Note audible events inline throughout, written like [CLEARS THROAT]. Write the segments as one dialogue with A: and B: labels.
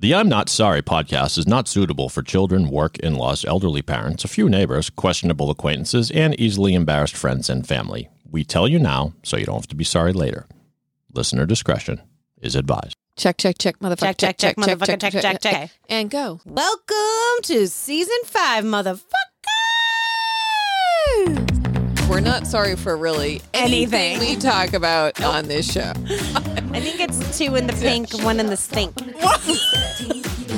A: The I'm Not Sorry podcast is not suitable for children, work, in laws, elderly parents, a few neighbors, questionable acquaintances, and easily embarrassed friends and family. We tell you now so you don't have to be sorry later. Listener discretion is advised.
B: Check, check, check, motherfucker.
C: Check, check, check, motherfucker, check, check, check.
B: And go.
C: Welcome to season five, motherfucker.
B: We're not sorry for really
C: Anything.
B: we talk about on this show.
C: I think it's two in the pink, one in the stink.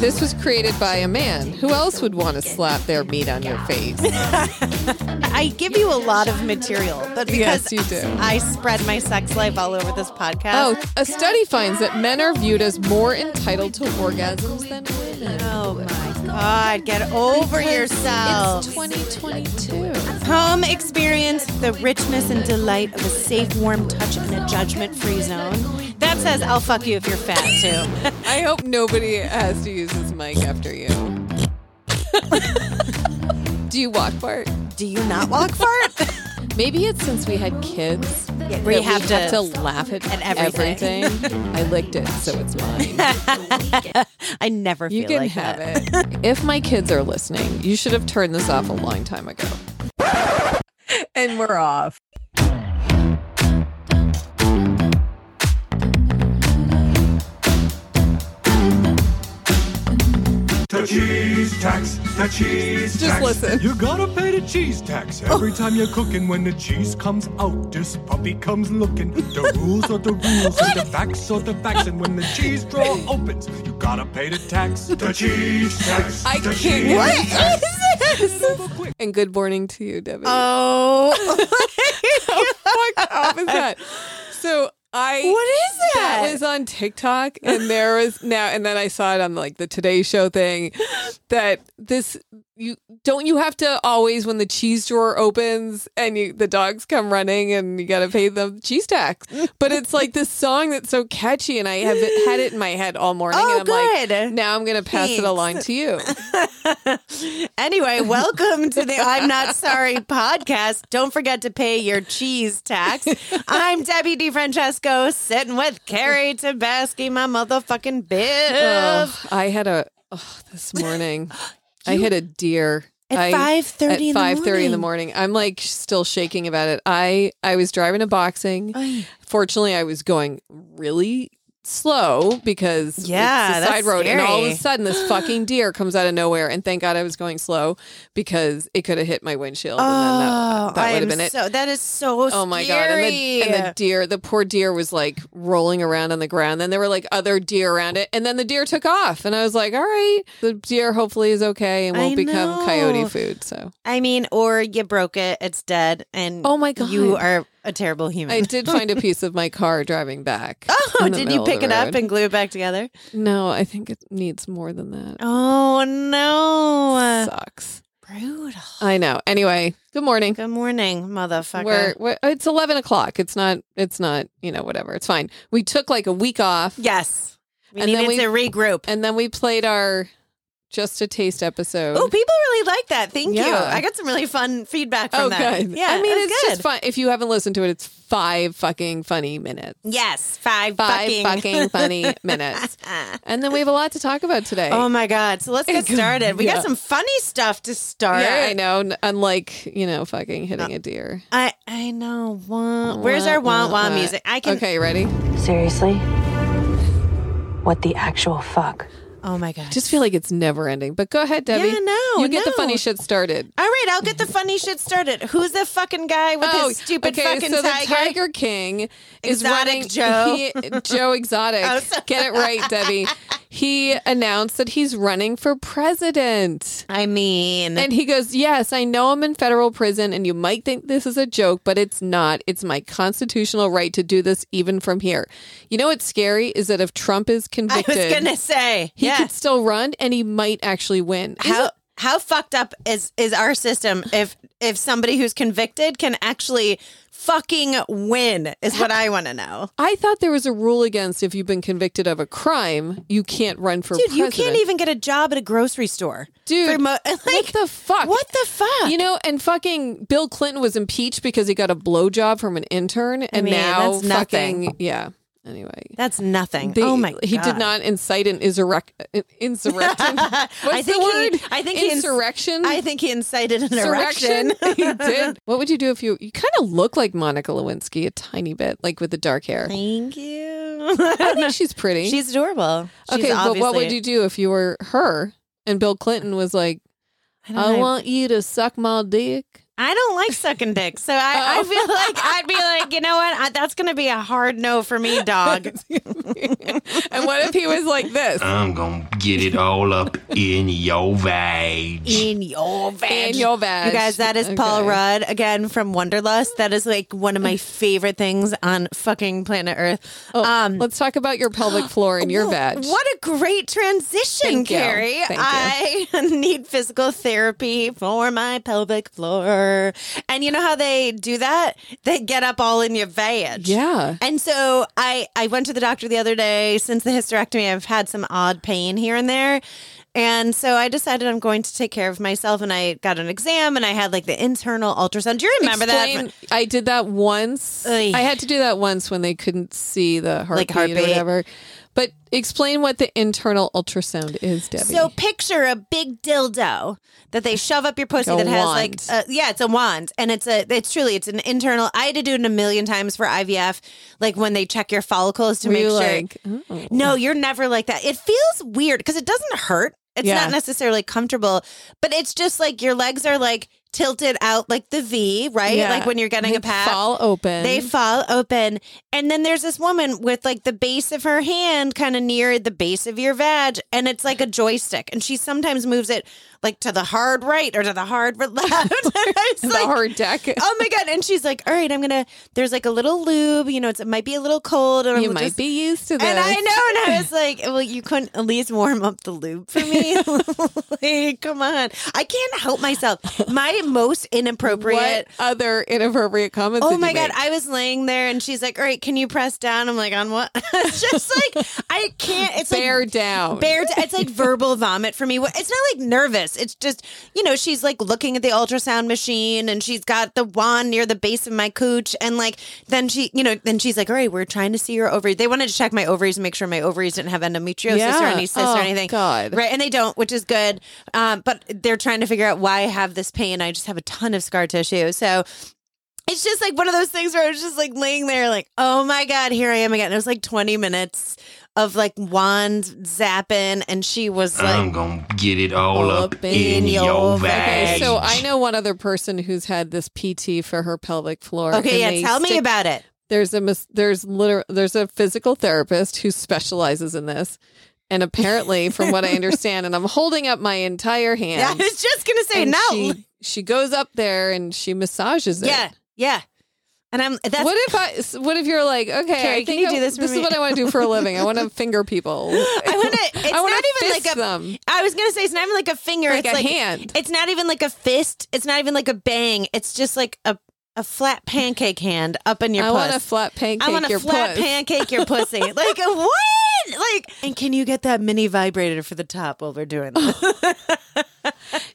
B: This was created by a man. Who else would want to slap their meat on your
C: [LAUGHS]
B: face?
C: I give you a lot of material, but because
B: Yes, you do.
C: I spread my sex life all over this podcast.
B: Oh, a study finds that men are viewed as more entitled to orgasms than women.
C: Oh my God, get over yourself.
B: It's 2022.
C: Home experience the richness and delight of a safe, warm touch in a judgment free zone. That says, I'll fuck you if you're fat [LAUGHS] too.
B: I hope nobody has to use this mic after you. [LAUGHS] Do you walk, Bart?
C: Do you not walk fart?
B: Maybe it's since we had kids. that
C: we have to-
B: laugh at,
C: at
B: everything.
C: everything.
B: I licked it, so it's mine.
C: I never feel
B: You can
C: like
B: have
C: that. [LAUGHS]
B: it. If my kids are listening, you should have turned this off a long time ago.
D: and we're off.
E: The cheese tax, the cheese
B: Just
E: tax.
B: listen. Oh.
E: You gotta pay the cheese tax every time you're cooking. When the cheese comes out, this puppy comes looking. The rules are the rules, and the facts are the facts. And when the cheese drawer opens, you gotta pay the tax. The cheese tax.
B: I
E: the
B: can't
E: cheese
B: get
E: tax.
C: [LAUGHS]
B: it. and good morning to you, Debbie.
C: Oh,
B: fuck [LAUGHS] off is that? So I
C: what is that?
B: that was on TikTok and there was now and then I saw it on like the Today Show thing that this you don't you have to always when the cheese drawer opens and you the dogs come running and you gotta pay them cheese tax. But it's like this song that's so catchy and I have it, had it in my head all morning
C: Oh,
B: and I'm like
C: good.
B: now I'm gonna pass it
C: Thanks.
B: along to you.
C: [LAUGHS] Anyway, welcome to the I'm Not Sorry podcast. Don't forget to pay your cheese tax. I'm Debbie DeFrancesco, sitting with Carrie Tabaski, my motherfucking bitch.
B: Ugh, I had a oh, this [LAUGHS] morning. I hit a deer
C: At
B: I-
C: 5:30 in the
B: At five thirty in the
C: morning.
B: morning, I'm like still shaking about it. I I was driving to boxing.
C: Ay.
B: Fortunately, I was going really slow because
C: Yeah,
B: it's the side
C: that's
B: road, and all of a
C: scary.
B: sudden this
C: [GASPS]
B: fucking deer comes out of nowhere. And thank God I was going slow because it could have hit my windshield, and then that, that
C: Oh, I
B: would have
C: am
B: been it.
C: So, that is so
B: Oh my god! And the, and the deer, the poor deer, was like rolling around on the ground. Then there were like other deer around it, and then the deer took off. And I was like, "All right, the deer hopefully is okay and
C: I
B: won't become
C: know.
B: coyote food." So
C: I mean, or you broke it, it's dead, and
B: Oh my God.
C: you are a terrible human. [LAUGHS]
B: I did find a piece of my car driving back.
C: Oh,
B: in the
C: did
B: middle
C: you
B: of the
C: pick it up
B: road.
C: and glue it back together?
B: No, I think it needs more than that.
C: Oh no.
B: Sucks.
C: Brutal.
B: I know. Anyway, good morning.
C: Good morning, motherfucker.
B: We're, we're it's eleven o'clock. It's not. It's not. You know, whatever. It's fine. We took like a week off,
C: yes. We
B: And then
C: needed
B: we-
C: to regroup.
B: and then we played our just a taste episode.
C: Oh, people really like that. Thank you.
B: Yeah.
C: I got some really fun feedback from
B: Oh,
C: that.
B: good.
C: Yeah.
B: I mean,
C: it was
B: it's
C: good.
B: just fun. If you haven't listened to it, it's five fucking funny minutes.
C: Yes. Five,
B: Five
C: fucking.
B: fucking
C: [LAUGHS]
B: funny minutes. And then we have a lot to talk about today.
C: Oh my God. So
B: [LAUGHS]
C: let's get started. We
B: Yeah.
C: got some funny stuff to start.
B: yeah, I know. N- Unlike, you know, fucking hitting a deer.
C: I, I know. Wah. Uh, Where's our wah
B: Wah,
C: wah
B: wah.
C: music? I can.
B: Okay, ready?
F: Seriously? What the actual fuck?
C: Oh my God.
B: Just feel like it's never ending. But go ahead, Debbie.
C: Yeah, no,
B: You get the
C: no.
B: funny shit started.
C: All right, I'll get the funny shit started. Who's the fucking guy with his stupid
B: Oh, okay,
C: fucking
B: so
C: tiger?
B: the Tiger King is
C: Exotic
B: running. [LAUGHS]
C: Joe.
B: he- Joe Exotic,
C: Oh, sorry.
B: get it right,
C: [LAUGHS]
B: Debbie. He announced that he's running for president.
C: I mean,
B: And he goes, Yes, I know I'm in federal prison, and you might think this is a joke, but it's not. It's my constitutional right to do this even from here. You know what's scary is that if Trump is
C: I
B: convicted,
C: was gonna say,
B: he
C: yeah.
B: could still run and he might actually win. Is
C: how
B: it-
C: how fucked up is is our system if if somebody who's convicted can actually fucking win is what I want to know.
B: I thought there was a rule against if you've been convicted of a crime, you can't run [LAUGHS] for
C: Dude,
B: president.
C: you can't even get a job at a grocery store.
B: Dude,
C: For mo- [LAUGHS] like
B: what the fuck?
C: What the fuck?
B: You know, and fucking Bill Clinton was impeached because he got a blowjob from an intern, and
C: mean,
B: now
C: that's
B: fucking
C: nothing.
B: yeah. Anyway.
C: That's nothing.
B: They-
C: oh my
B: He
C: God.
B: did
C: [LAUGHS]
B: not incite an insurrect, an insurrection. What's
C: I think
B: the
C: he-
B: word?
C: I think he ins-
B: insurrection.
C: I think he incited an [LAUGHS] erection.
B: he did. What would you do if you? You kind of look like Monica Lewinsky a tiny bit, like with the dark hair.
C: Thank you.
B: I think she's pretty.
C: [LAUGHS] She's adorable. She's
B: okay, but what
C: obviously-
B: would you do if you were her and Bill Clinton was like,
C: I don't,
B: "I
C: like,
B: want you to suck my
C: [LAUGHS]
B: dick."
C: I don't like sucking dick, so I, I
B: Oh.
C: feel like I'd be like, you know what? I, that's going to be a hard no for me, dog.
B: and what if he was like this?
G: I'm gonna get it all up in your vag.
C: [LAUGHS] In your vag.
B: And your vag.
C: You guys, that is Paul
B: Okay.
C: Rudd again from Wonderlust. That is like one [LAUGHS] of my favorite things on fucking planet Earth.
B: Oh,
C: um,
B: let's talk about your pelvic floor and your
C: Whoa,
B: vag.
C: What a great transition,
B: Thank you.
C: Carrie.
B: Thank you.
C: I [LAUGHS] need physical therapy for my pelvic floor. And you know how they do that? They get up all in your vag.
B: Yeah.
C: And so I, I went to the doctor the other day. Since the hysterectomy, I've had some odd pain here and there. And so I decided I'm going to take care of myself. And I got an exam and I had like the internal ultrasound. Do you remember that?
B: Explain- I did that once.
C: Oy.
B: I had to do that once when they couldn't see the heartbeat,
C: heartbeat.
B: or whatever. But explain what the internal ultrasound is, Debbie.
C: So picture a big dildo that they shove up your pussy
B: A
C: that has
B: wand.
C: like a, yeah, it's a wand and it's a it's truly it's an internal. I had to do it a million times for IVF, like when they check your follicles to
B: Were
C: make
B: you
C: sure.
B: like, oh.
C: no, you're never like that. It feels weird because it doesn't hurt. It's
B: Yeah.
C: not necessarily comfortable, but it's just like your legs are like tilted out like the V, right?
B: Yeah.
C: Like when you're getting
B: They
C: a pass.
B: fall open. [LAUGHS]
C: They fall open. And then there's this woman with like the base of her hand kind of near the base of your vag. And it's like a joystick. And she sometimes moves it like to the hard right or to the hard left. [LAUGHS] And
B: [LAUGHS]
C: I was
B: the
C: like,
B: hard deck.
C: [LAUGHS] Oh my God. And she's like, all right, I'm going to, there's like a little lube, you know, it's, it might be a little cold. And
B: you
C: I'm
B: might
C: just-
B: be used to this.
C: [LAUGHS] and I know, and I
B: [LAUGHS]
C: was like, "Well, you couldn't at least warm up the lube for me? [LAUGHS] like, come on, I can't help myself. My most
B: What
C: inappropriate
B: other inappropriate comments?
C: Oh
B: did you
C: my god,
B: make?
C: I was laying there and she's like, "All right, can you press down?" I'm like, "On what?" [LAUGHS] it's just like I can't. It's
B: bear
C: like,
B: down.
C: Bear, d- it's like verbal vomit for me. Wh- It's not like nervous. It's just, you know, she's like looking at the ultrasound machine and she's got the wand near the base of my cooch. And like, then she, you know, then she's like, all right, we're trying to see your ovaries. They wanted to check my ovaries and make sure my ovaries didn't have endometriosis or
B: Yeah.
C: any cysts
B: Oh,
C: or anything.
B: God.
C: Right. And they don't, which is good. Um, but they're trying to figure out why I have this pain. I just have a ton of scar tissue. So, it's just like one of those things where I was just like laying there, like, oh my God, here I am again. It was like 20 minutes of like wand zapping, and she was
G: I'm
C: like,
G: gonna get it all up in your
C: Okay,
G: vag.
B: So I know one other person who's had this PT for her pelvic floor. and
C: okay,
B: they
C: yeah, tell me
B: stick-
C: about it.
B: There's a mis- there's liter- there's a physical therapist who specializes in this, and apparently, from
C: [LAUGHS]
B: what I understand, and I'm holding up my entire hand.
C: Yeah, [LAUGHS] I was just going to say,
B: and
C: no.
B: She, she goes up there and she massages it.
C: [LAUGHS] yeah, yeah. And I'm, that's,
B: what if I? s- What if you're like, okay,
C: Carrie,
B: I
C: can
B: think
C: you
B: I-
C: do this for
B: this
C: me?
B: is what I want to do for a living. I want
C: [LAUGHS]
B: to finger people.
C: I want to,
B: [LAUGHS]
C: it's
B: I wanna
C: not even
B: fist
C: like a,
B: them.
C: I was going to say, it's not even like a finger,
B: Like
C: it's
B: a
C: like,
B: hand.
C: it's not even like a fist, it's not even like a bang, it's just like a, a flat pancake hand up in your
B: I want
C: puss.
B: to flat pancake
C: I want to
B: your
C: flat
B: puss. [LAUGHS]
C: pancake your pussy. Like what? Like, and can you get that mini vibrator for the top while we're doing this?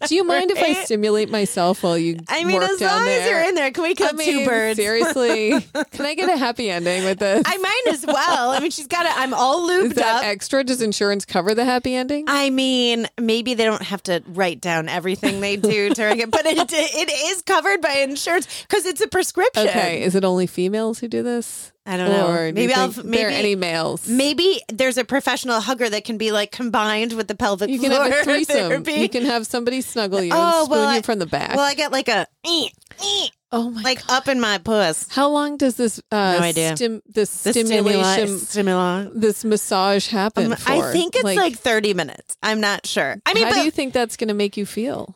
B: Do you mind if I
C: Right?
B: stimulate myself while you
C: [LAUGHS] I mean,
B: work
C: as
B: down
C: long
B: there?
C: as you're in there, can we kill
B: I mean,
C: two birds?
B: seriously,
C: [LAUGHS]
B: can I get a happy ending with this?
C: I might as well. I mean, she's got it. I'm all
B: [LAUGHS] Is
C: lubed
B: that
C: up.
B: extra? Does insurance cover the happy ending?
C: I mean, maybe they don't have to write down everything
B: [LAUGHS]
C: they do during it, but it it is covered by insurance because it's a prescription.
B: okay, is it only females who do this?
C: I don't know.
B: Or do you
C: Maybe I'll-
B: think there are
C: maybe-
B: any males.
C: Maybe there's a professional hugger that can be like combined with the pelvic
B: you can
C: floor [LAUGHS]
B: have a threesome.
C: therapy.
B: You can have somebody snuggle you
C: Oh,
B: and spoon
C: well, I-
B: you from the back.
C: Well, I get like a [CLEARS THROAT] eh, eh,
B: oh my
C: like
B: god.
C: up in my puss.
B: How long does this uh
C: No idea.
B: stim- this
C: The
B: stimulation
C: stimuli- stimuli.
B: this massage happen
C: Um,
B: for?
C: I think it's like, 30 minutes. I'm not sure. I mean,
B: how
C: but
B: do you think that's going to make you
C: [LAUGHS]
B: feel?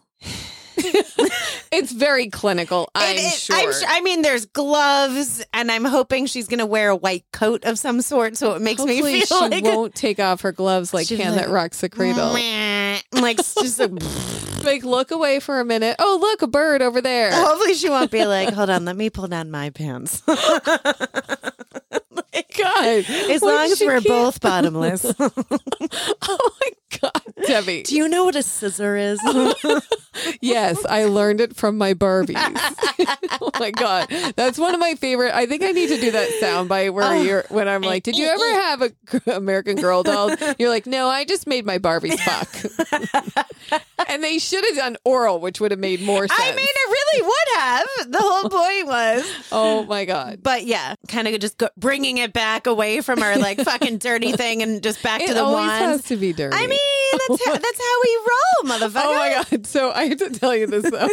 B: it's very clinical.
C: it-
B: I'm,
C: it-
B: sure.
C: su- I mean, there's gloves, and I'm hoping she's going to wear a white coat of some sort, so it makes
B: Hopefully,
C: me
B: she
C: feel like
B: won't take off her gloves like
C: She's
B: hand
C: like,
B: that rocks the cradle.
C: Meh. [LAUGHS] Like just a,
B: [LAUGHS] Like look away for a minute. Oh, look a bird over there.
C: hopefully she won't be like, hold on, let me pull down my pants. [LAUGHS]
B: [LAUGHS] God.
C: As
B: What
C: long
B: if
C: as
B: she
C: we're
B: can't- [LAUGHS]
C: both bottomless.
B: Oh my God, [LAUGHS] Debbie.
C: Do you know what a scissor is?
B: Yes, I learned it from my
C: [LAUGHS]
B: Barbies. [LAUGHS] oh my god, that's one of my favorite. I think I need to do that soundbite where
C: Oh,
B: you're when I'm like, "Did you ever
C: [LAUGHS]
B: have a g- American Girl doll?" You're like, "No, I just made my
C: [LAUGHS]
B: Barbies fuck." and they should have done oral, which would have made more sense.
C: [LAUGHS] I mean, it really would have. The whole point was.
B: oh my god,
C: But yeah, kind of just go, bringing it back away from
B: [LAUGHS]
C: our like fucking dirty thing and just back to
B: it
C: the
B: always
C: wands.
B: has to be dirty.
C: I mean,
B: [LAUGHS]
C: that's how, that's how we roll, motherfucker.
B: Oh
C: [LAUGHS]
B: my God. So I have to tell you this though.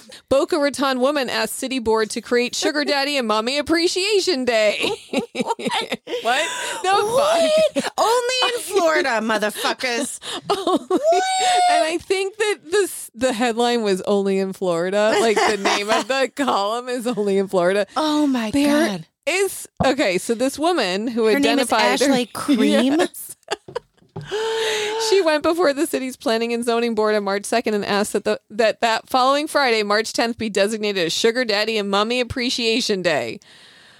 B: [LAUGHS] Boca Raton woman asked city board to create
C: [LAUGHS]
B: Sugar Daddy and Mommy Appreciation Day. what? [LAUGHS] No fuck.
C: What? Only
B: [LAUGHS]
C: in Florida, motherfuckers.
B: And I think that this the headline was only in Florida. Like the name of
C: [LAUGHS]
B: the column is only in Florida.
C: Oh my
B: There
C: god.
B: is- okay. So this woman who
C: Her name is
B: identified her- [LAUGHS]
C: Ashley Cream.
B: She went before the city's planning and zoning board on March 2nd and asked that the, that that following Friday, March 10th, be designated as Sugar Daddy and Mommy Appreciation Day.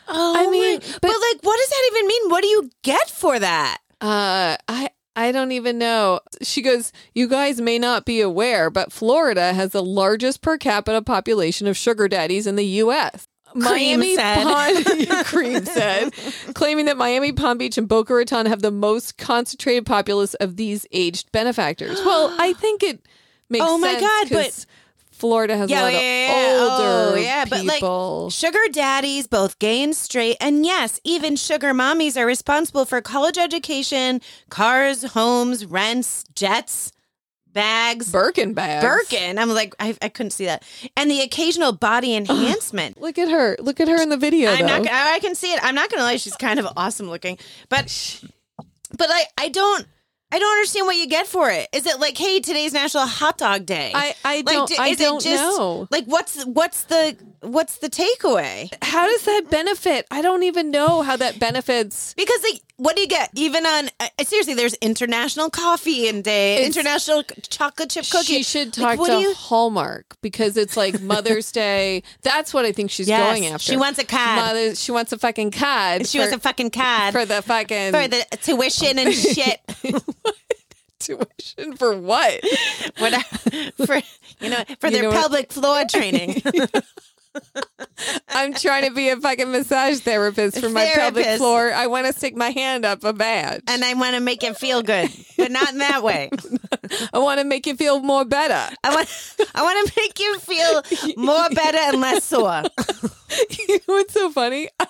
C: Oh,
B: I
C: my-
B: mean,
C: but, like, what does that even mean? What do you get for that?
B: Uh, I I don't even know. She goes, "You guys may not be aware, but Florida has the largest per capita population of sugar daddies in the U.S." Miami
C: said. [LAUGHS]
B: Palm, [LAUGHS] Cream said, claiming that Miami, Palm Beach, and Boca Raton have the most concentrated populace of these aged benefactors. Well,
C: [GASPS]
B: I think it makes
C: Oh my
B: sense
C: God, but-
B: 'cause Florida has a lot of older
C: Oh, yeah, but
B: people.
C: like sugar daddies, both gay and straight, and yes, even sugar mommies are responsible for college education, cars, homes, rents, jets, bags,
B: Birkin bags.
C: Birkin. I'm like, I, I couldn't see that, and the occasional body enhancement.
B: Look at her. Look at her in the video.
C: I'm
B: though.
C: not. I can see it. I'm not gonna lie. She's kind of awesome looking, but but like I don't. I don't understand what you get for it. Is it like, hey, today's National Hot Dog Day?
B: I- I don't-
C: d-
B: I don't know.
C: Like, what's what's the what's the takeaway?
B: How does that benefit? I don't even know how that benefits.
C: Because like, what do you get? Even on uh, seriously, there's International Coffee and Day,
B: It's-
C: International C- Chocolate Chip Cookie.
B: She should talk
C: Like, what
B: to
C: do you?
B: Hallmark because it's like
C: [LAUGHS]
B: Mother's Day. That's what I think she's
C: Yes,
B: going after.
C: she wants a card.
B: Mother, she wants a fucking card.
C: She
B: for,
C: wants a fucking card
B: for the fucking
C: for the tuition
B: [LAUGHS]
C: and shit.
B: tuition for what?
C: What [LAUGHS] for you know for
B: You
C: their
B: know what-
C: public floor training.
B: I'm trying to be a fucking massage therapist for my pelvic
C: Therapist.
B: floor. I want to stick my hand up a badge,
C: and I want to make it
B: [LAUGHS]
C: feel good, but not in that way.
B: I want to make you feel more better.
C: I want I want to make you feel more better and less sore.
B: [LAUGHS] you know what's so funny? [LAUGHS] I,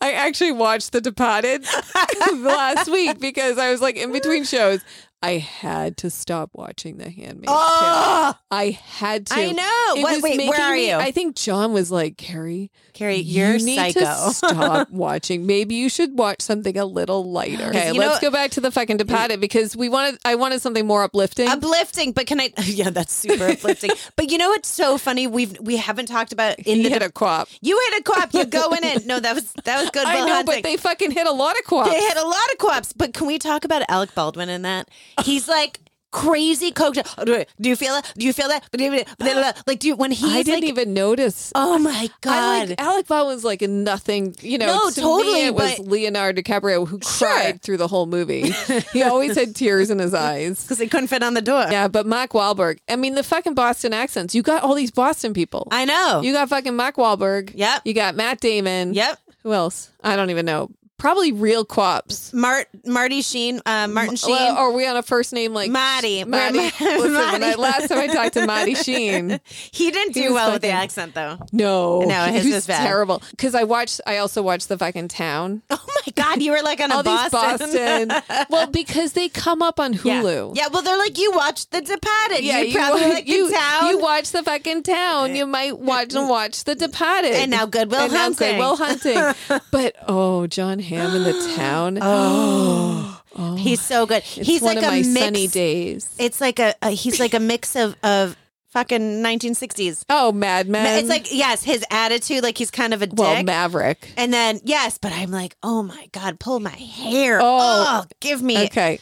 B: I actually watched The Departed [LAUGHS] last week because I was like in between shows. I had to stop watching The Handmaid's
C: Oh!
B: Tale. I had to.
C: I know.
B: It
C: What-
B: was
C: wait, where
B: making
C: are
B: me-
C: you?
B: I think John was like, Carrie,
C: Carrie, you're
B: you need
C: psycho. [LAUGHS]
B: to stop watching. Maybe you should watch something a little lighter. Okay,
C: you
B: let's
C: know-
B: go back to the fucking Departed because we wanted. I wanted something more uplifting.
C: uplifting, but can I? [LAUGHS] Yeah,
B: [LAUGHS]
C: that's super uplifting. but you know what's so funny? We've we haven't talked about in
B: he
C: the.
B: hit a
C: [LAUGHS]
B: quap.
C: you hit a co-op. You're going in. No, that was that was good.
B: I
C: Will
B: know,
C: Hunting.
B: but they fucking hit a lot of quaps.
C: They had a lot of co-ops, but can we talk about Alec Baldwin in that? He's like crazy coked. up. Do you feel that? Do you feel that? Blah, blah, blah, blah.
B: [GASPS]
C: Like, do you, when he's
B: I didn't
C: like,
B: even notice.
C: oh my
B: I
C: god,
B: like Alec Baldwin's like nothing, you know.
C: No,
B: to me,
C: totally,
B: it was
C: but-
B: Leonardo DiCaprio who
C: Sure.
B: cried through the whole movie. he always had tears in
C: [LAUGHS]
B: his eyes.
C: because he couldn't fit on the door.
B: Yeah, but Mark Wahlberg. I mean, the fucking Boston accents. You got all these Boston people.
C: I know.
B: You got fucking Mark Wahlberg.
C: Yep.
B: You got Matt Damon.
C: yep.
B: Who else? I don't even know. Probably real quaps.
C: Mart Marty Sheen, uh, Martin Sheen.
B: Well, are we on a first name like
C: Marty.
B: Marty.
C: We're- [LAUGHS]
B: Listen, when I,
C: Marty.
B: last time I talked to Marty
C: [LAUGHS]
B: Sheen,
C: he didn't
B: he
C: do
B: was
C: well with the
B: fucking- [LAUGHS]
C: accent though.
B: no,
C: No, his
B: he
C: was
B: was
C: bad.
B: terrible. Because I watched. I also watched the fucking town.
C: Oh my god, you were like on a
B: all
C: Boston.
B: these Boston. well, because they come up on
C: [LAUGHS] yeah.
B: Hulu.
C: Yeah, well, they're like you watched The Departed.
B: Yeah,
C: you, probably
B: wa-
C: like
B: you,
C: the town.
B: you watch the fucking town. You might
C: [LAUGHS]
B: watch and watch The Departed.
C: And now Good Will
B: and now
C: Hunting.
B: Good Will
C: [LAUGHS]
B: Hunting. but oh, John Hamm in
C: [GASPS]
B: the town. oh,
C: he's so
B: [GASPS]
C: good.
B: it's
C: he's
B: one
C: like
B: of
C: a
B: my
C: mix.
B: sunny days.
C: It's like a, a he's like a mix of of fucking 1960s.
B: Oh, Mad Men.
C: it's like yes, his attitude like he's kind of a dick.
B: well, Maverick.
C: and then yes, but I'm like, "Oh my god, pull my hair.
B: Oh.
C: Oh, give me
B: Okay,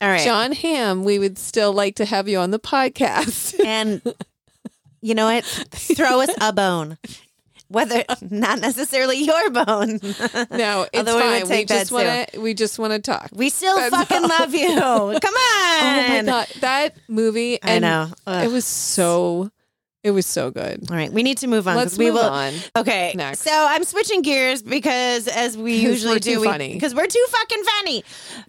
C: All right.
B: John Hamm. We would still like to have you on the podcast. [LAUGHS]
C: and you know what? Throw us a bone. Whether not necessarily your bone.
B: no,
C: [LAUGHS]
B: it's
C: Although we would
B: fine.
C: take that
B: just
C: too.
B: want to. We just want to talk.
C: We still
B: That's
C: fucking
B: all. [LAUGHS]
C: love you. Come on.
B: Oh my god, Oh that movie!
C: I
B: and
C: know. Ugh.
B: it was so It was so good.
C: All right, we need to move on.
B: Let's
C: 'cause we
B: move
C: will,
B: on.
C: Okay,
B: Next.
C: so I'm switching gears because, as we
B: [LAUGHS] 'Cause
C: usually
B: we're
C: do,
B: too
C: we-
B: funny.
C: because we're too fucking funny.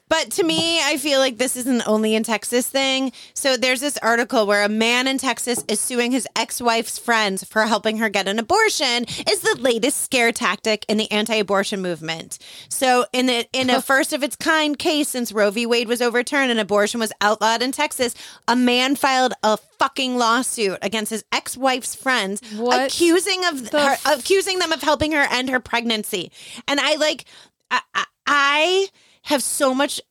C: But to me, I feel like this is an only in Texas thing. So there's this article where a man in Texas is suing his ex-wife's friends for helping her get an abortion. Is the latest scare tactic in the anti-abortion movement. So in the
B: [LAUGHS]
C: in a first of its kind case since Roe v. Wade was overturned and abortion was outlawed in Texas, a man filed a fucking lawsuit against his ex-wife's friends
B: What
C: accusing of
B: the
C: her,
B: f-
C: accusing them of helping her end her pregnancy. And I like, I, I, I have so much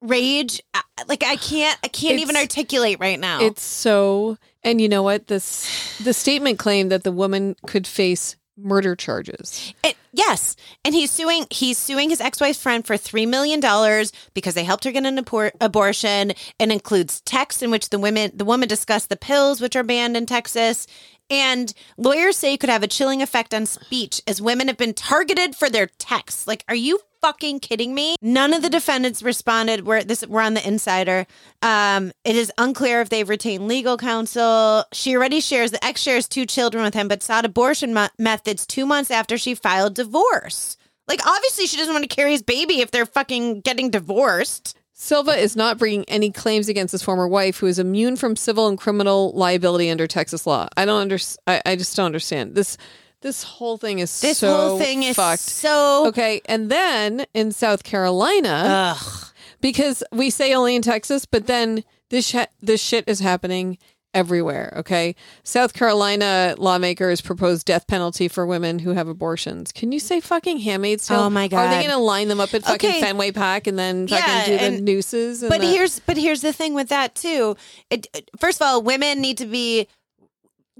C: rage. I- Like I can't, I can't even
B: It's-
C: articulate right now.
B: It's so and you know what? This the statement claimed that the woman could face murder charges.
C: It- yes, and he's suing. He's suing his ex-wife's friend for three million dollars because they helped her get an abor- abortion. It includes texts in which the women the woman discussed the pills, which are banned in Texas. And lawyers say it could have a chilling effect on speech as women have been targeted for their texts. Like, are you fucking kidding me? None of the defendants responded. We're this we're on the insider. Um, it is unclear if they've retained legal counsel. She already shares the ex shares two children with him, but sought abortion mo- methods two months after she filed divorce. Like obviously she doesn't want to carry his baby if they're fucking getting divorced.
B: Silva is not bringing any claims against his former wife, who is immune from civil and criminal liability under Texas law. I don't under, I, I just don't understand this. This whole thing is
C: This
B: so
C: whole thing is
B: fucked.
C: so
B: okay, and then in South Carolina,
C: ugh.
B: because we say only in Texas, but then this sh- this shit is happening everywhere. Okay, South Carolina lawmakers propose death penalty for women who have abortions. Can you say fucking handmaid's tale?
C: Oh, my
B: Are
C: God.
B: they going to line them up at fucking
C: Okay.
B: Fenway Park and then fucking
C: Yeah,
B: do the
C: and-
B: nooses? And
C: but
B: the-
C: here's but here's the thing with that too it, it- first of all women need to be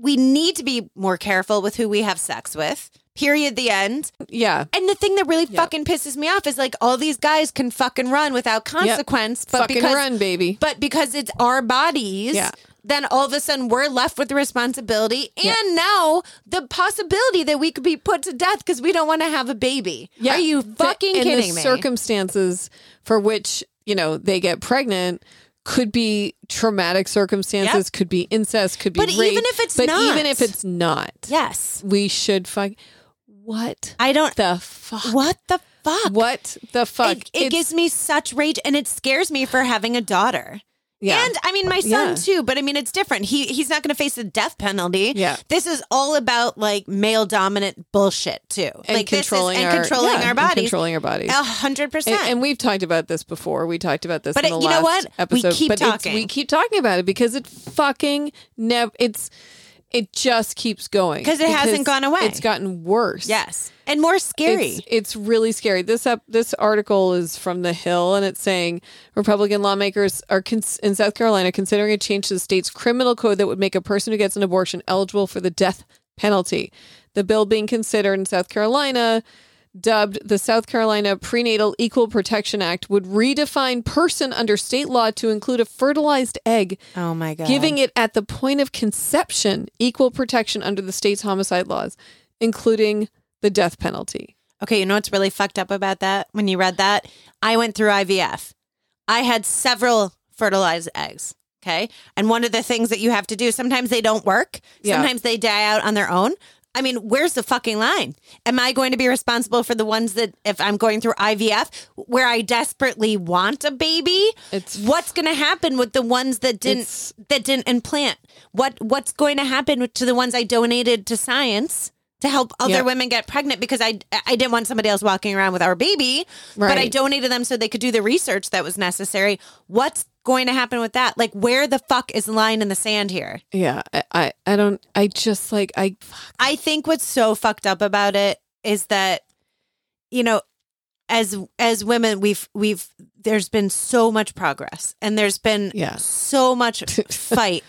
C: we need to be more careful with who we have sex with period the end
B: yeah,
C: and the thing that really fucking pisses me off is like all these guys can fucking run without consequence but
B: fucking
C: because
B: run, baby.
C: but because it's our bodies
B: Yeah.
C: then all of a sudden we're left with the responsibility and now the possibility that we could be put to death because we don't want to have a baby are you
B: The-
C: fucking
B: and
C: kidding
B: the
C: me
B: Circumstances for which you know they get pregnant could be traumatic circumstances,
C: Yep.
B: could be incest, could be.
C: But even
B: rape,
C: if it's
B: but
C: not.
B: even if it's not,
C: yes
B: we should fuck. What
C: i don't
B: the fuck?
C: what the fuck
B: What the fuck?
C: It, it
B: It's-
C: gives me such rage, and it scares me for having a daughter.
B: Yeah.
C: And I mean, my son
B: Yeah.
C: too, but I mean, it's different. He he's not going to face the death penalty.
B: Yeah.
C: this is all about like male dominant bullshit too,
B: and
C: like this is-
B: controlling
C: and
B: our
C: controlling
B: yeah,
C: our
B: and
C: bodies,
B: controlling our bodies.
C: a hundred
B: And, and
C: percent.
B: we've talked about this before. We talked about this
C: But
B: in
C: it-
B: the
C: you know
B: last
C: what? We
B: episode.
C: keep
B: but it's-
C: talking.
B: we keep talking about it because it fucking never. It's it just keeps going
C: 'Cause it hasn't
B: Because
C: gone away.
B: It's gotten worse.
C: Yes, and more scary.
B: It's, it's really scary. This up this article is from The Hill, and it's saying Republican lawmakers are cons- in South Carolina considering a change to the state's criminal code that would make a person who gets an abortion eligible for the death penalty. The bill being considered in South Carolina, dubbed the South Carolina Prenatal Equal Protection Act, would redefine person under state law to include a fertilized egg
C: Oh my god,
B: giving it at the point of conception equal protection under the state's homicide laws, including the death penalty.
C: Okay, you know what's really fucked up about that? When you read that, I went through IVF. I had several fertilized eggs. Okay. And one of the things that you have to do, sometimes they don't work,
B: Yeah.
C: sometimes they die out on their own. I mean, where's the fucking line? Am I going to be responsible for the ones that, if I'm going through IVF, where I desperately want a baby?
B: It's-
C: what's going to happen with the ones that didn't
B: It's-
C: that didn't implant? What what's going to happen with- to the ones I donated to science to help other
B: Yep.
C: women? women get pregnant because I I didn't want somebody else walking around with our baby, but I
B: Right.
C: donated them so they could do the research that was necessary. What's going to happen with that? Like where the fuck is the line in the sand here?
B: Yeah, I, I, I don't, I just like, I, fuck.
C: I think what's so fucked up about it is that you know as as women we've we've there's been so much progress and there's been
B: Yeah. [LAUGHS]
C: so much fight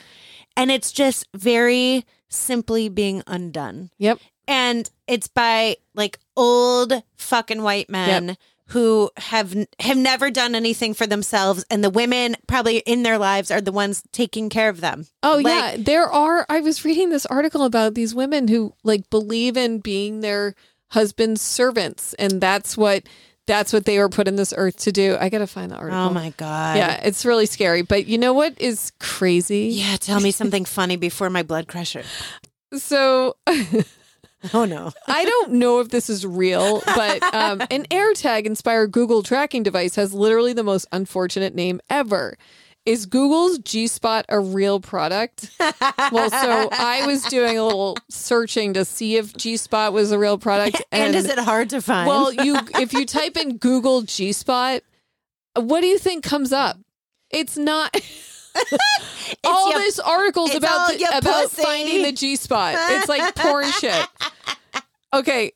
C: and it's just very simply being undone.
B: yep,
C: and it's by like old fucking white men who have have never done anything for themselves and the women probably in their lives are the ones taking care of them
B: Oh
C: Like,
B: yeah, there are. I was reading this article about these women who like believe in being their husband's servants, and that's what That's what they were put in this earth to do. I gotta find the article.
C: Oh my god.
B: Yeah, it's really scary. But you know what is crazy?
C: Yeah, tell me something funny before my blood pressure.
B: So
C: [LAUGHS] Oh no.
B: I don't know if this is real, but um, an AirTag inspired Google tracking device has literally the most unfortunate name ever. Is Google's G Spot a real product? well, so I was doing a little searching to see if G Spot was a real product.
C: [LAUGHS] And, is it hard to find?
B: Well, you if you type in Google G Spot, what do you think comes up? It's not all
C: your-
B: this articles
C: it's
B: about
C: all
B: the,
C: your
B: about
C: pussy.
B: finding the G spot. It's like porn shit.
C: [LAUGHS]
B: Okay.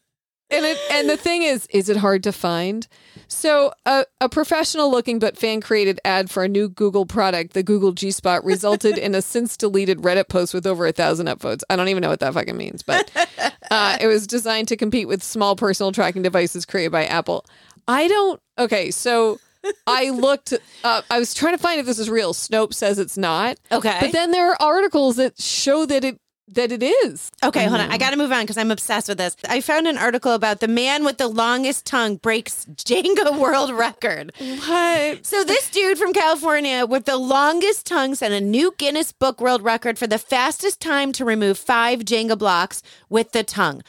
B: And it, and the thing is, is it hard to find? So a, a professional looking but fan created ad for a new Google product, the Google G Spot, resulted in a since deleted Reddit post with over a thousand upvotes. I don't even know what that fucking means, but [LAUGHS] uh, it was designed to compete with small personal tracking devices created by Apple. I don't. Okay, so I looked. Up, I was trying to find if this is real. Snopes says it's not,
C: okay.
B: but then there are articles that show that it that it is.
C: Okay, hold on. I got to move on because I'm obsessed with this. I found an article about the man with the longest tongue breaks Jenga [LAUGHS] world record.
B: What?
C: So this dude from California with the longest tongue set a new Guinness Book World Record for the fastest time to remove five Jenga blocks with the tongue.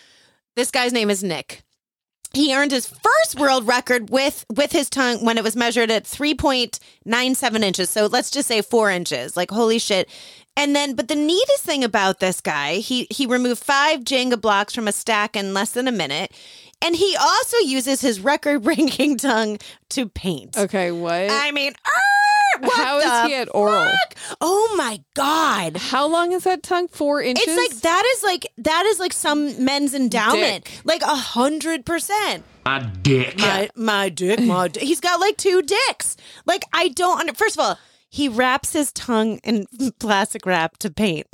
C: This guy's name is Nick. He earned his first world record with with his tongue when it was measured at 3.97 inches. So let's just say 4 inches. Like holy shit. And then but the neatest thing about this guy, he he removed 5 Jenga blocks from a stack in less than a minute. And he also uses his [LAUGHS] record-breaking tongue to paint.
B: Okay, what?
C: I mean, [LAUGHS] "Arr! what
B: How is
C: the
B: he at oral?
C: fuck? Oh my god.
B: How long is that tongue? Four inches.
C: It's like that is like that is like some men's endowment,
B: Dick.
C: like a hundred percent.
G: My dick.
C: My my
B: [CLEARS THROAT]
C: dick, my dick. He's got like two dicks. Like I don't. Under- First of all, he wraps his tongue in [LAUGHS] plastic wrap to paint, [LAUGHS]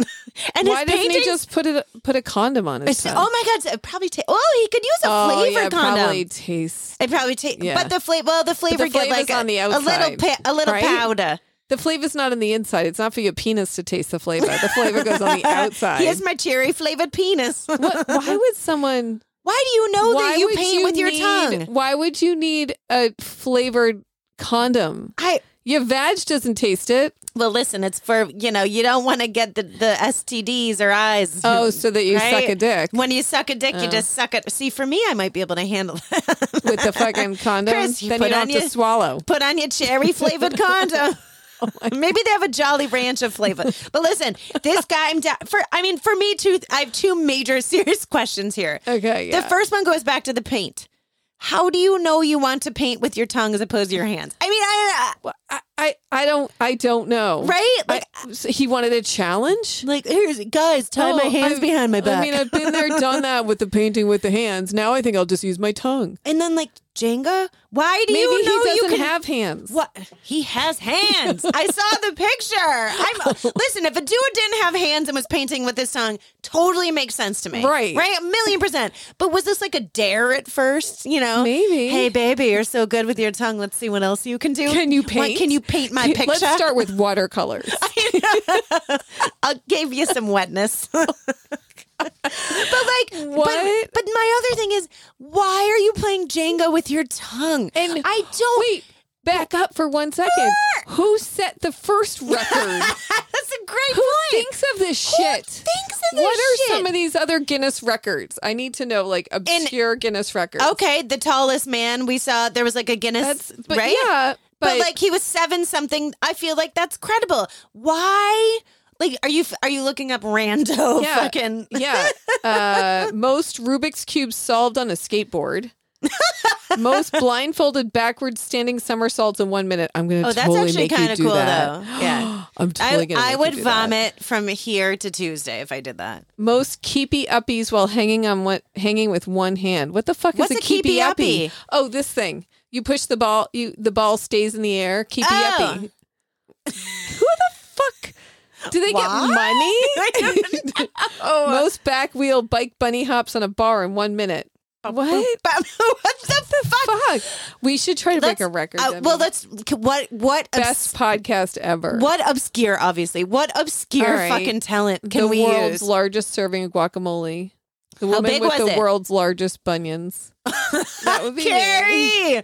C: and
B: Why
C: his
B: doesn't
C: painting.
B: he just put it put a condom on his tongue?
C: oh my god! It probably ta- oh he could use a
B: Oh,
C: flavor
B: yeah,
C: condom.
B: probably tastes.
C: it probably takes,
B: Yeah.
C: but the flavor. Well, the flavor get
B: flavor's
C: like a,
B: on the
C: a little
B: outside,
C: pa- a little
B: right?
C: powder.
B: The flavor's not on the inside. It's not for your penis to taste the flavor. The flavor goes
C: [LAUGHS]
B: on the outside.
C: Here's my cherry flavored penis. [LAUGHS]
B: What- why would someone?
C: Why do you know
B: why
C: Oh, that you
B: would
C: paint with your
B: need-
C: tongue?
B: Why would you need a flavored condom?
C: I
B: Your vag doesn't taste it.
C: well, listen. It's for you know you don't want to get the, the STDs or eyes.
B: Oh, so that you
C: right?
B: suck a dick Oh.
C: When you suck a dick, you just suck it. See, for me, I might be able to handle [LAUGHS] that.
B: with the
C: [LAUGHS]
B: fucking condom.
C: Chris, you
B: then
C: put
B: you don't
C: on
B: have to
C: your-
B: swallow.
C: Put on your
B: [LAUGHS]
C: cherry flavored condom.
B: Oh
C: [LAUGHS] Maybe they have a Jolly Rancher flavor. But listen, this guy, I'm down for. I mean, for me too. I have two major [LAUGHS] serious questions here.
B: Okay, yeah.
C: The first one goes back to the paint. How do you know you want to paint with your tongue as opposed to your hands? I mean, I,
B: Well, I, I, I don't I don't know.
C: Right?
B: I- so he wanted a challenge.
C: Like, here's guys, tie my
B: Oh,
C: hands
B: I've-
C: behind my back.
B: I mean, I've been there, done that with the painting with the hands. Now I think I'll just use my tongue.
C: and then like Jenga. Why do
B: Maybe
C: you
B: he
C: know
B: doesn't
C: you can
B: have hands.
C: What he has hands. [LAUGHS] I saw the picture. I'm [LAUGHS] listen. If a dude didn't have hands and was painting with his tongue, totally makes sense to me.
B: Right.
C: right, a million percent. But was this like a dare at first? You know,
B: Maybe.
C: Hey, baby, you're so good with your tongue. Let's see what else you can do.
B: Can you
C: What-
B: paint? [LAUGHS]
C: can you paint my [LAUGHS]
B: Can-
C: picture?
B: Let's start with
C: [LAUGHS]
B: watercolors.
C: I'll give you some wetness. [LAUGHS] but like,
B: What?
C: But, but my other thing is, why are you playing Jenga with your tongue?
B: And-
C: I don't.
B: Wait, back up for one second. Who set the
C: [LAUGHS]
B: first record?
C: That's a great
B: Who
C: point.
B: thinks of this shit?
C: thinks of this
B: What are
C: shit?
B: some of these other Guinness records? I need to know, like obscure Guinness records.
C: Okay, the tallest man we saw there was like a Guinness,
B: that's but
C: right?
B: yeah,
C: but,
B: but,
C: like he was seven something. I feel like that's credible. Why? Like, are you are you looking up rando [LAUGHS]
B: Yeah.
C: fucking?
B: Oh, yeah,
C: [LAUGHS]
B: uh, most Rubik's cubes solved on a skateboard. [LAUGHS] most blindfolded backward standing somersaults in one minute. I'm gonna
C: Oh, that's
B: totally
C: actually
B: make you
C: kind of
B: do
C: cool
B: that. [GASPS]
C: though. Yeah.
B: I'm totally
C: I,
B: gonna.
C: I
B: make you
C: would
B: do that.
C: vomit from here to Tuesday if I did
B: [LAUGHS]
C: that.
B: Most keepy uppies while hanging on what hanging with one hand. What the fuck
C: What's
B: is
C: a
B: a keepy,
C: keepy
B: uppie?
C: uppie?
B: Oh, this thing. You push the ball. You the ball stays in the air. Keepy
C: Oh.
B: [LAUGHS] uppie. Who the fuck? Do they
C: What? [LAUGHS]
B: get money? [LAUGHS] Most back wheel bike bunny hops on a bar in one minute. What?
C: But what the fuck?
B: Fuck. We should try to
C: Let's-
B: break a record.
C: uh,
B: Demi.
C: well, let's. What what
B: best podcast ever.
C: obs- what obscure? Obviously, what obscure
B: All right.
C: fucking talent can
B: the
C: we
B: world's
C: use?
B: largest serving of guacamole. The woman
C: big
B: with
C: was
B: the
C: it?
B: world's largest
C: [LAUGHS]
B: bunions. That would be me.
C: Carrie.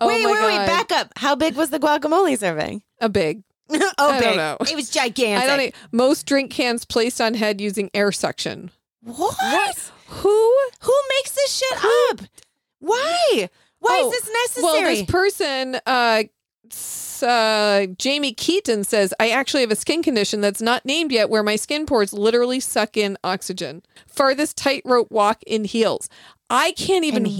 B: Oh
C: wait,
B: my
C: wait, wait,
B: God.
C: back up. How big was the guacamole serving? [LAUGHS]
B: A big.
C: oh,
B: I
C: big.
B: don't know.
C: It was gigantic.
B: I don't. e- Most drink cans placed on head using air suction.
C: what?
B: Who?
C: Who makes this shit up? Why? Why
B: Oh,
C: is this
B: Well,
C: necessary?
B: this person, uh, s- uh, Jamie Keaton says, I actually have a skin condition that's not named yet where my skin pores literally suck in oxygen. Farthest tightrope walk in heels. I can't even walk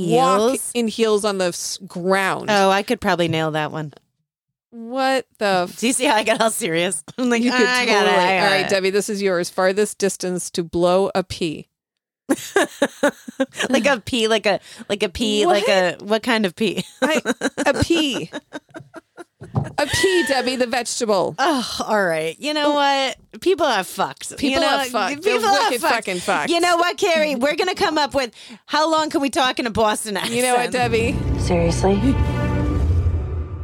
C: heels?
B: in heels on the s- ground.
C: oh, I could probably nail that one.
B: What the? F-
C: Do you see how I got all serious? [LAUGHS] I'm like,
B: you could
C: I
B: totally.
C: got it. I
B: All
C: got
B: right,
C: it.
B: Debbie, this is yours. Farthest distance to blow a pea.
C: [LAUGHS] like a pea, like a like a pea, like a what kind
B: [LAUGHS]
C: of pea?
B: I, a pea. A pea, Debbie, the vegetable.
C: Oh, all right. You know what? People are fucked.
B: People
C: you know,
B: are fucked. They're
C: People are
B: wicked
C: fucked.
B: fucking fucked.
C: You know what, Carrie? We're gonna come up with how long can we talk in a Boston accent?
B: You know what, Debbie?
F: Seriously?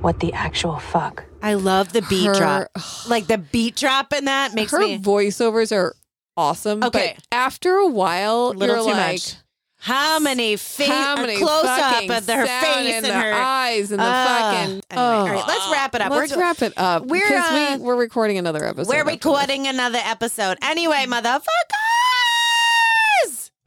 F: What the actual fuck?
C: I love the beat
B: Her- [SIGHS]
C: drop. Like the beat drop in that makes
B: her
C: me
B: voiceovers are awesome.
C: Okay.
B: But after a while,
C: a little
B: you're
C: too
B: like,
C: much. How many feet?
B: how many
C: close up
B: fucking
C: of the- her
B: sound
C: face
B: and
C: and,
B: the
C: her
B: eyes and the
C: Ugh.
B: fucking.
C: Anyway, all right,
B: Ugh.
C: let's wrap it up.
B: Let's
C: We're go-
B: wrap it up
C: we're,
B: because
C: uh,
B: we, we're recording another episode.
C: We're
B: after this.
C: recording another episode. Anyway, motherfuckers.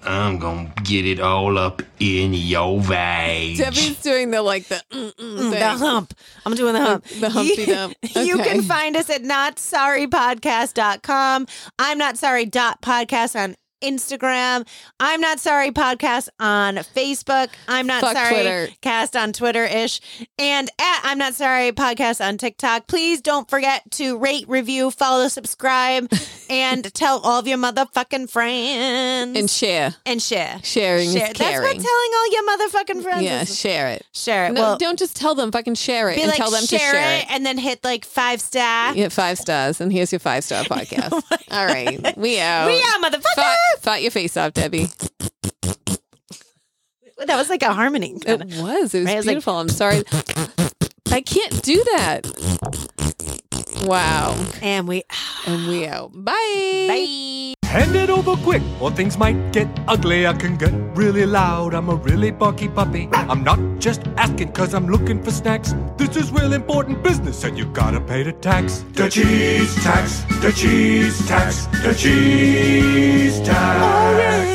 G: I'm gonna get it all up in your veins.
B: Debbie's doing the like the mm, mm
C: The
B: thing.
C: hump. I'm doing the hump.
B: The humpty dump.
C: [LAUGHS] You
B: Okay.
C: can find us at notsorrypodcast.com. I'm not sorry dot podcast on Instagram. I'm not sorry podcast on Facebook. I'm not
B: Fuck
C: sorry
B: Twitter.
C: cast on Twitter ish. And at I'm not sorry podcast on TikTok. Please don't forget to rate, review,
B: [LAUGHS]
C: follow, subscribe, and tell all of your motherfucking friends.
B: and share.
C: and share.
B: Sharing is
C: share. That's what
B: caring.
C: telling all your motherfucking friends.
B: Yeah,
C: is.
B: share it.
C: share it.
B: No,
C: well,
B: don't just tell them. Fucking share it
C: be
B: and
C: like
B: tell them
C: share,
B: to share
C: it, and then hit like five star.
B: it. Yeah, five stars, and here's your five
C: [LAUGHS]
B: star podcast. All right, we out.
C: Oh We are motherfucker.
B: Fought, fought your face off, Debbie.
C: That was like a harmony.
B: It was. It was
C: Right, I was like-
B: beautiful. I'm sorry. I can't do that. Wow.
C: And we ah,
B: And we out.
C: bye.
E: Hand it over quick, or things might get ugly. I can get really loud. I'm a really barky puppy. I'm not just asking because I'm looking for snacks. This is real important business, and you gotta pay the tax. The cheese tax, the cheese tax, the cheese tax.